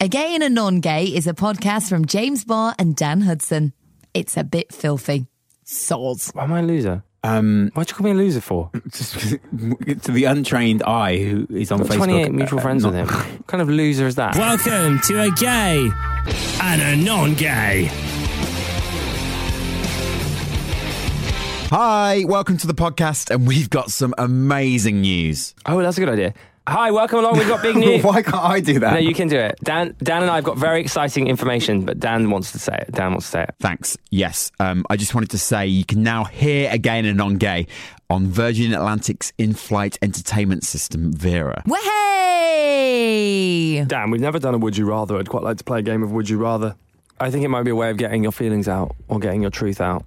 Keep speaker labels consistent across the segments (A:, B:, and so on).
A: A Gay and a Non Gay is a podcast from James Barr and Dan Hudson. It's a bit filthy. Soz.
B: Why am I a loser? Um, Why'd you call me a loser for?
C: Just to the untrained eye who is on
B: I've got
C: Facebook.
B: 28 mutual
C: uh,
B: friends
C: not-
B: with him. What kind of loser is that?
D: Welcome to a gay and a non gay.
E: Hi, welcome to the podcast, and we've got some amazing news.
B: Oh, that's a good idea. Hi, welcome along. We've got big news.
C: Why can't I do that?
B: No, you can do it. Dan, Dan and I have got very exciting information, but Dan wants to say it. Dan wants to say it.
E: Thanks. Yes, um, I just wanted to say you can now hear again and on gay on Virgin Atlantic's in flight entertainment system, Vera.
A: Way!
B: Dan, we've never done a Would You Rather. I'd quite like to play a game of Would You Rather. I think it might be a way of getting your feelings out or getting your truth out.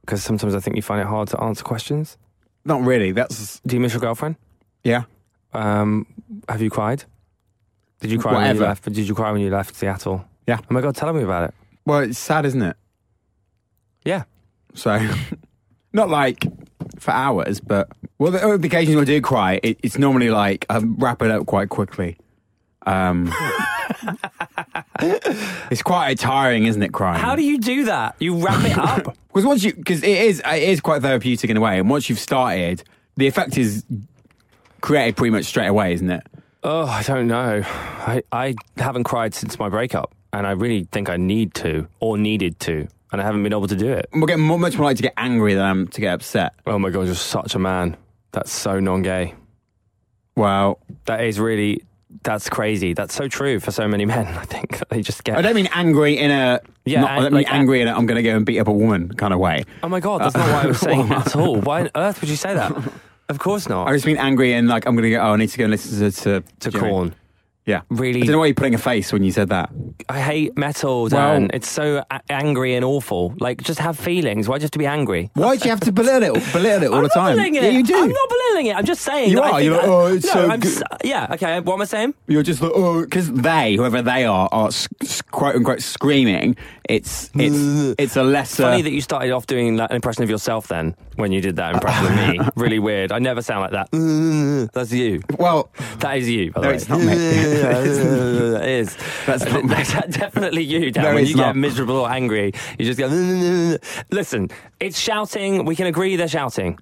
B: Because sometimes I think you find it hard to answer questions.
C: Not really. That's
B: Do you miss your girlfriend?
C: yeah.
B: Um, have you cried? Did you cry when you
C: Whatever.
B: left? Did you cry when you left Seattle?
C: Yeah.
B: Oh my God, tell me about it.
C: Well, it's sad, isn't it?
B: Yeah.
C: So, not like for hours, but well, the, oh, the occasions when I do cry, it, it's normally like I wrap it up quite quickly. Um, it's quite tiring, isn't it? Crying.
B: How do you do that? You wrap it up?
C: Because once you, because it is, it is quite therapeutic in a way. And once you've started, the effect is created pretty much straight away, isn't it?
B: oh, I don't know. I, I haven't cried since my breakup, and I really think I need to or needed to, and I haven't been able to do it.
C: I'm getting more, much more like to get angry than I am to get upset.
B: Oh my God, you're such a man. That's so non gay.
C: Well,
B: That is really, that's crazy. That's so true for so many men, I think. that They just get.
C: I don't mean angry in a
B: Yeah,
C: yeah, not, I
B: ang-
C: don't mean
B: like-
C: angry in a I'm going to go and beat up a woman kind of way.
B: oh my God, that's not what I was saying at all. Why on earth would you say that? Of course not.
C: I just mean angry in like I'm going to go. Oh, I need to go and listen to to,
B: to
C: do you know what I mean?
B: corn.
C: Yeah,
B: Really-
C: I don't know why you're putting a face when you said that.
B: I hate metal, Dan.
C: Well-
B: it's so a- angry and awful. Like, just have feelings. Why do you have to be angry?
C: Why do you have to belittle it? Belittle it all
B: I'm
C: the
B: not
C: time?
B: belittling it.
C: Yeah, you do.
B: I'm not belittling it. I'm just saying.
C: You
B: that I
C: are.
B: think
C: You're like,
B: that-
C: "Oh, it's
B: no,
C: so
B: I'm
C: good."
B: s- yeah. Okay. What am I saying?
C: You're just like oh, because they, whoever they are, are s- s- quote unquote screaming. It's it's it's a lesser.
B: Funny that you started off doing that impression of yourself. Then when you did that impression of me, really weird. I never sound like that. That's you.
C: well,
B: That is you. By the
C: No,
B: way.
C: it's not me.
B: it is.
C: That's not me.
B: That's definitely you, Dan.
C: No,
B: when
C: it's
B: you get
C: not.
B: miserable or angry, you just go. Listen, it's shouting. We can agree they're shouting,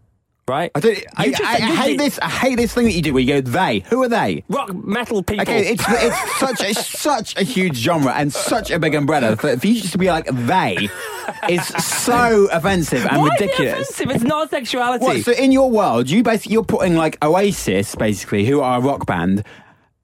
B: right?
C: I don't. I,
B: You just-
C: I, I
B: you
C: hate
B: did-
C: this. I hate this thing that you do where you go they. Who are they?
B: rock metal people.
C: Okay, it's it's such it's such a huge genre and such a big umbrella. For, for you just to be like they is so offensive and
B: Why is it
C: ridiculous.
B: offensive? It's not sexuality.
C: What? So in your world, you basically you're putting like Oasis, basically, who are a rock band,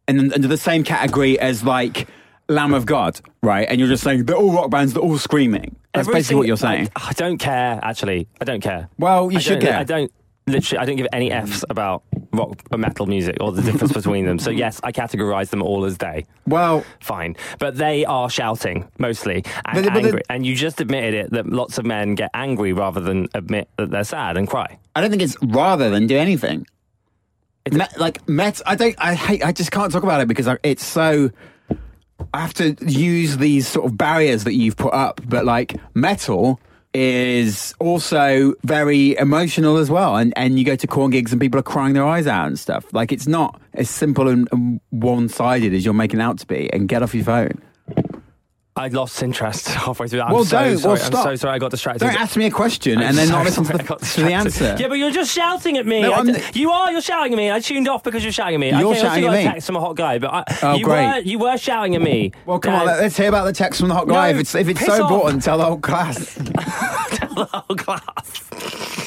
C: and under the same category as like Lamb of God, right? And you're just saying they're all rock bands, they're all screaming. That's
B: Every
C: basically what
B: sing-
C: you're saying.
B: I, I don't care, actually. I don't care.
C: Well, you
B: I
C: should
B: don't,
C: care.
B: I don't literally. I don't give any f's about rock or metal music or the difference between them. So yes, I categorize them all as they.
C: Well,
B: Fine, but they are shouting mostly and
C: But- but-
B: angry. and you just admitted it that lots of men get angry rather than admit that they're sad and cry.
C: I don't think it's rather than do anything. Me- like Met, I don't. I hate. I just can't talk about it because I, it's so. I have to use these sort of barriers that you've put up, but like metal is also very emotional as well, and and you go to corn gigs and people are crying their eyes out and stuff. Like it's not as simple and, and one sided as you're making out to be. And get off your phone.
B: I lost interest halfway through that.
C: Well,
B: I'm so
C: don't. Well,
B: sorry.
C: stop.
B: I'm so sorry. I got distracted.
C: Don't ask me a question
B: I'm
C: and then
B: so
C: not listen to
B: sorry, I
C: the,
B: got
C: to the
B: distracted.
C: answer.
B: Yeah, but you're just shouting at me.
C: No,
B: I
C: I'm
B: d-
C: the-
B: you are. You're shouting at me. I tuned off because you're shouting at me.
C: You're
B: okay, I also
C: shouting
B: got
C: at
B: a
C: me.
B: text from a hot guy, but I,
C: Oh,
B: you
C: great.
B: were you were shouting at me.
C: Well, come on,
B: Dad.
C: let's hear about the text from the hot guy.
B: No,
C: if it's if it's
B: piss
C: so
B: off.
C: important, tell the whole class.
B: oh, glass.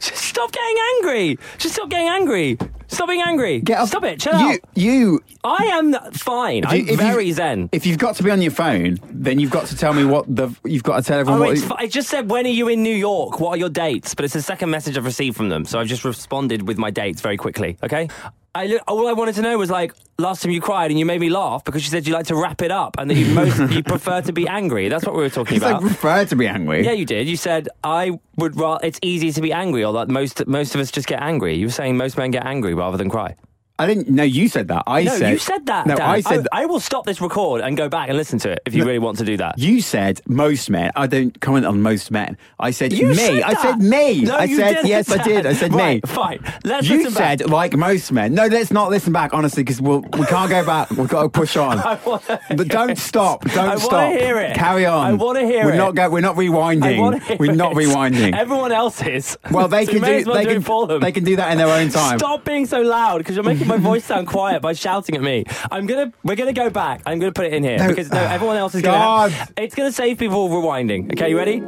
B: just stop getting angry. Just stop getting angry. Stop being angry.
C: Get off.
B: Stop it. Chill
C: you,
B: out.
C: You.
B: I am fine.
C: you-
B: I'm
C: if you-
B: very zen.
C: If you've got to be on your phone, then you've got to tell me what the you've got to tell everyone.
B: Oh,
C: what
B: it's, fi- it just said, when are you in New York? What are your dates? But it's the second message I've received from them, so I've just responded with my dates very quickly. Okay. I look, all I wanted to know was like last time you cried and you made me laugh because you said you like to wrap it up and that you most you prefer to be angry. That's what we were talking
C: it's
B: about.
C: like prefer to be angry.
B: yeah, you did. You said I would. Ra- it's easy to be angry, or that most most of us just get angry. You were saying most men get angry rather than cry.
C: I didn't know you said that. I
B: No,
C: said
B: you said that.
C: No,
B: Dan.
C: I said
B: I, I will stop this record and go back and listen to it if you really want to do that.
C: You said most men. I don't comment on most men. I said
B: You
C: me.
B: said
C: I
B: that.
C: said me.
B: No,
C: I
B: you
C: said
B: didn't,
C: yes. I did. I said
B: Right,
C: me.
B: fine. Let's
C: you
B: listen back.
C: said like most men. No, let's not listen back honestly because we'll, we can't go back. We've got to push on.
B: wanna
C: but
B: hear
C: don't
B: it.
C: stop. Don't
B: I wanna
C: stop.
B: hear it.
C: Carry on.
B: I wanna hear
C: we're
B: it.
C: Not go, we're not
B: I wanna hear
C: rewinding. We're not
B: it.
C: rewinding.
B: Everyone else is.
C: well, they
B: So you may
C: can do.
B: as well
C: they
B: do
C: can.
B: it for them.
C: They can do that in their own time.
B: Stop being so loud because you're making my voice sound quiet by shouting at me. I'm gonna, we're gonna go back. I'm gonna put it in here
C: No.
B: because no, everyone else is
C: God.
B: gonna. Have, it's gonna save people rewinding. Okay, you ready?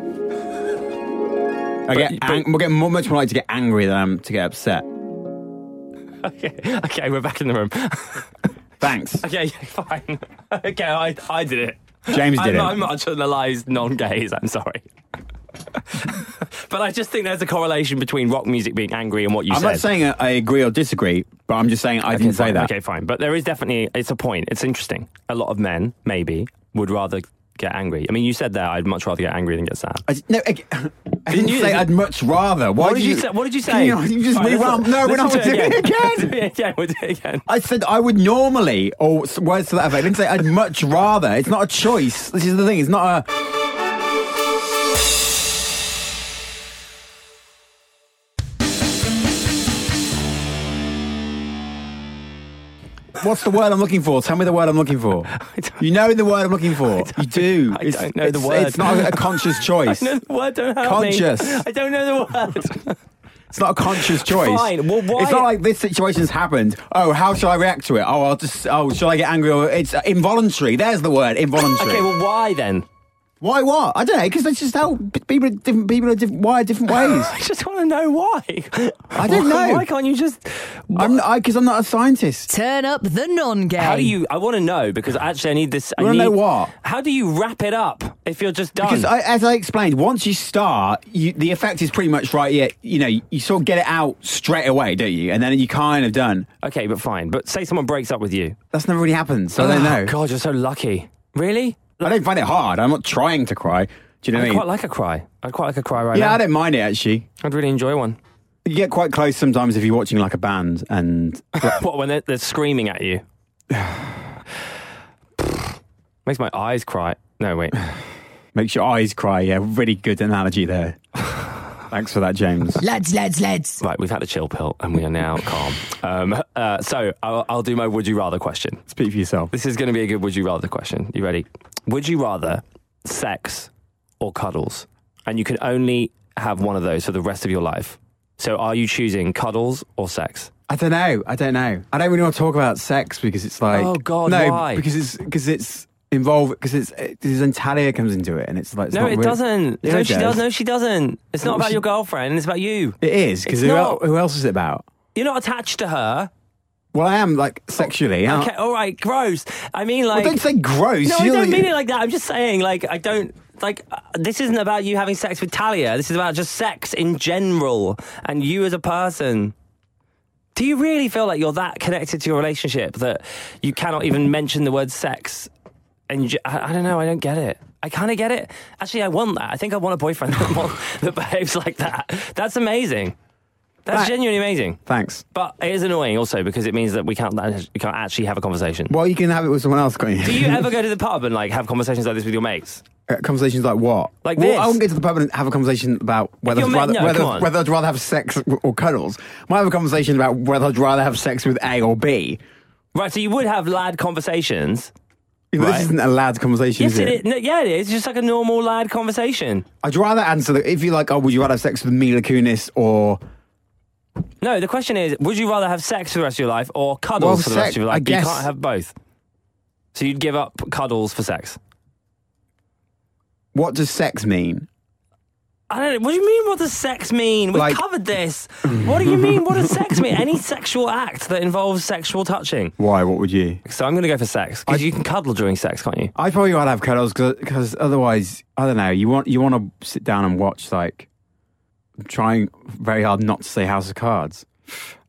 C: I get.
B: but-
C: ang- we're getting more, much more likely to get angry than I am to get upset.
B: Okay, okay, we're back in the room.
C: Thanks.
B: okay, fine. Okay, I, I did it.
C: James
B: I'm
C: did
B: not,
C: it.
B: I'm not generalised non-gays. I'm sorry. but I just think there's a correlation between rock music being angry and what you
C: I'm
B: said.
C: not saying uh, I- I agree or disagree, but I'm just saying I
B: Okay,
C: didn't say
B: fine,
C: that.
B: Okay, fine. But there is definitely it's a point. It's interesting. A lot of men maybe would rather get angry. I mean, you said that I'd much rather get angry than get sad.
C: I, d- no, I, I didn't
B: you-
C: say I'd much rather. Why
B: what
C: did
B: did you, say? What did you
C: Can
B: say?
C: You, you just
B: Fine, let's
C: rewound.
B: do-
C: No, we're
B: let's
C: not doing it
B: Let's
C: again.
B: do it again. We'll do it again.
C: I said I would normally, or s- words to that effect. I didn't say I'd much rather. It's not a choice. This is the thing. It's not a. What's the word I'm looking for? Tell me the word I'm looking for.
B: don't-
C: You know the word I'm looking for. You do.
B: I don't know the
C: it's-
B: word.
C: It's not a conscious choice.
B: No, the word don't help me.
C: Conscious.
B: I don't know the word.
C: It's not a conscious choice.
B: Fine, well, why-
C: It's not like this situation's happened. Oh, how shall I react to it? Oh, I'll just. Oh, shall I get angry? Or it's involuntary. There's the word, involuntary.
B: okay, well, why then?
C: why what? I don't know. Because that's just how p- people are different. People are different. Why different ways?
B: I just want to know why.
C: I don't
B: Why-
C: know.
B: Why can't you just?
C: I'm I because I'm not a scientist.
A: Turn up the non gay.
B: How do you? I want to know because actually I need this. I
C: You wanna
B: need,
C: know what?
B: How do you wrap it up if you're just done?
C: Because I, as I explained, once you start, you, the effect is pretty much right. Yeah, you know, you sort of get it out straight away, don't you? And then you kind of done.
B: Okay, but fine. But say someone breaks up with you. Oh,
C: That's never really happened, so I don't know.
B: God, you're so lucky. Really?
C: I don't find it hard. I'm not trying to cry. Do you know
B: I
C: what I mean?
B: quite like a cry. I'd quite like a cry right
C: yeah,
B: now.
C: I don't mind it actually.
B: I'd really enjoy one.
C: You get quite close sometimes if you're watching like a band, and
B: What, when they're, they're screaming at you? Makes my eyes cry. No, wait.
C: makes your eyes cry. Yeah, really good analogy there. Thanks for that, James.
A: Lads, lads, lads.
B: Right, we've had a chill pill and we are now calm. Um, uh, so I'll, I'll do my would you rather question.
C: Speak for yourself.
B: This is going to be a good would you rather question. You ready? Would you rather sex or cuddles? And you can only have one of those for the rest of your life. So are you choosing cuddles or sex?
C: I don't know. I don't know. I don't really want to talk about sex because it's like
B: Oh, God,
C: no,
B: why?
C: because it's because it's involved because it's because Antalya comes into it, and it's like it's
B: No,
C: not
B: it
C: really-
B: doesn't.
C: Yeah,
B: no,
C: it
B: she
C: does.
B: does. No, she doesn't. It's not
C: Well,
B: about
C: she-
B: your girlfriend. It's about you.
C: It is because
B: It's
C: who, el-
B: not.
C: who else is it about?
B: You're not attached to her.
C: Well, I am like sexually. I-
B: Oh, Okay, all right, gross. I mean,
C: Well,
B: like,
C: don't say gross.
B: no, I
C: You're-
B: don't mean it like that. I'm just saying, like, I don't like. Uh, this isn't about you having sex with Talia. This is about just sex in general and you as a person. Do you really feel like you're that connected to your relationship that you cannot even mention the word sex? And ju- I, I don't know. I don't get it. I kind of get it. Actually, I want that. I think I want a boyfriend that, want, that behaves like that. That's amazing. That's
C: Right.
B: genuinely amazing.
C: Thanks.
B: But it is annoying also because it means that we can't we can't actually have a conversation.
C: Well, you can have it with someone else, can't you?
B: Do you ever go to the pub and like have conversations like this with your mates?
C: Uh, conversations like what?
B: Like
C: well,
B: this.
C: I wouldn't go to the pub and have a conversation about whether
B: you're
C: I'd
B: ma-
C: rather,
B: no,
C: whether,
B: come on.
C: whether I'd rather have sex w- or cuddles. Might have a conversation about whether I'd rather have sex with A or B.
B: Right, so you would have lad conversations. Right.
C: This isn't a lad conversation,
B: Yes,
C: is it?
B: it is. No, yeah, it is. It's just like a normal lad conversation.
C: I'd rather answer the, if you like. Oh, would you rather have sex with Mila Kunis or
B: No, the question is, would you rather have sex for the rest of your life or cuddles
C: Well,
B: for the rest
C: sex,
B: of your life?
C: I
B: But
C: guess-
B: You can't have both. So you'd give up cuddles for sex.
C: what does sex mean?
B: I don't know. What do you mean? What does sex mean? We've
C: Like-
B: covered this. What do you mean? What does sex mean? Any sexual act that involves sexual touching.
C: Why? What would you?
B: So I'm going to go for sex because you can cuddle during sex, can't you?
C: I'd probably rather have cuddles because otherwise, I don't know. You want you want to sit down and watch like I'm trying very hard not to say House of Cards.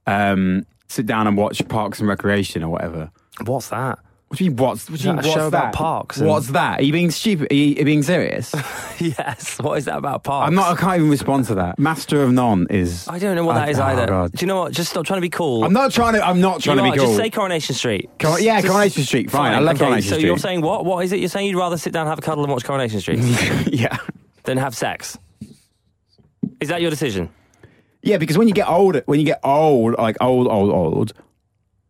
C: Um, sit down and watch Parks and Recreation or whatever.
B: What's that?
C: What do you mean, what's, what do you
B: Yeah,
C: mean,
B: a
C: what's
B: show
C: that?
B: about parks and-
C: What's that? Are you being stupid? Are you, are you being serious?
B: yes. What is that about parks?
C: I'm not, I can't even respond to that. Master of none is.
B: I don't know what that is
C: oh,
B: either.
C: God.
B: Do you know what? Just stop trying to be cool.
C: I'm not trying to, I'm not trying
B: You
C: to
B: are.
C: be cool.
B: Just say Coronation Street.
C: Cor-
B: Just-
C: yeah,
B: just-
C: Coronation Street, fine. I love
B: okay,
C: Coronation
B: so
C: Street.
B: you're saying what? What is it? You're saying you'd rather sit down, have a cuddle, and watch Coronation Street
C: yeah.
B: than have sex? Is that your decision?
C: Yeah, because when you get older, when you get old, like old, old, old,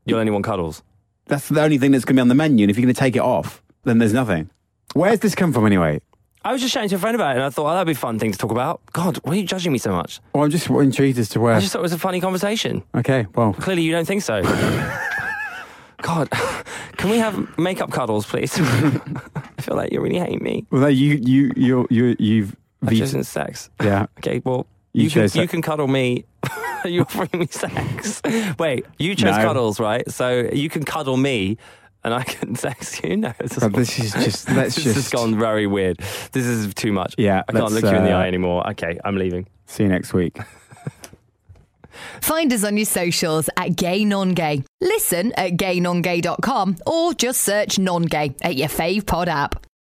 B: You'll only want cuddles.
C: that's the only thing that's going to be on the menu. And if you're going to take it off, then there's nothing. Where's this come from anyway?
B: I was just chatting to a friend about it, and I thought, oh, that'd be a fun thing to talk about. God, why are you judging me so much?
C: Well, I'm just intrigued as to where.
B: I just thought it was a funny conversation.
C: Okay, well,
B: Clearly, you don't think so. God, can we have makeup cuddles, please? I feel like you really hate me.
C: well, no, you, you, you, you, you've.
B: I've
C: vetoed-
B: chosen sex.
C: Yeah.
B: Okay, well,
C: You
B: you, can,
C: chose se-
B: you can cuddle me. Are you offering me sex? Wait, you chose
C: No.
B: cuddles, right? So you can cuddle me and I can sex you? No, this is,
C: But this is just. Let's
B: this
C: just.
B: has gone very weird. This is too much.
C: Yeah,
B: I can't
C: let's,
B: look you in the
C: uh,
B: eye anymore. Okay, I'm leaving.
C: See you next week.
A: Find us on your socials at Gay Non Gay. Listen at gaynongay.com or just search Non Gay at your fave pod app.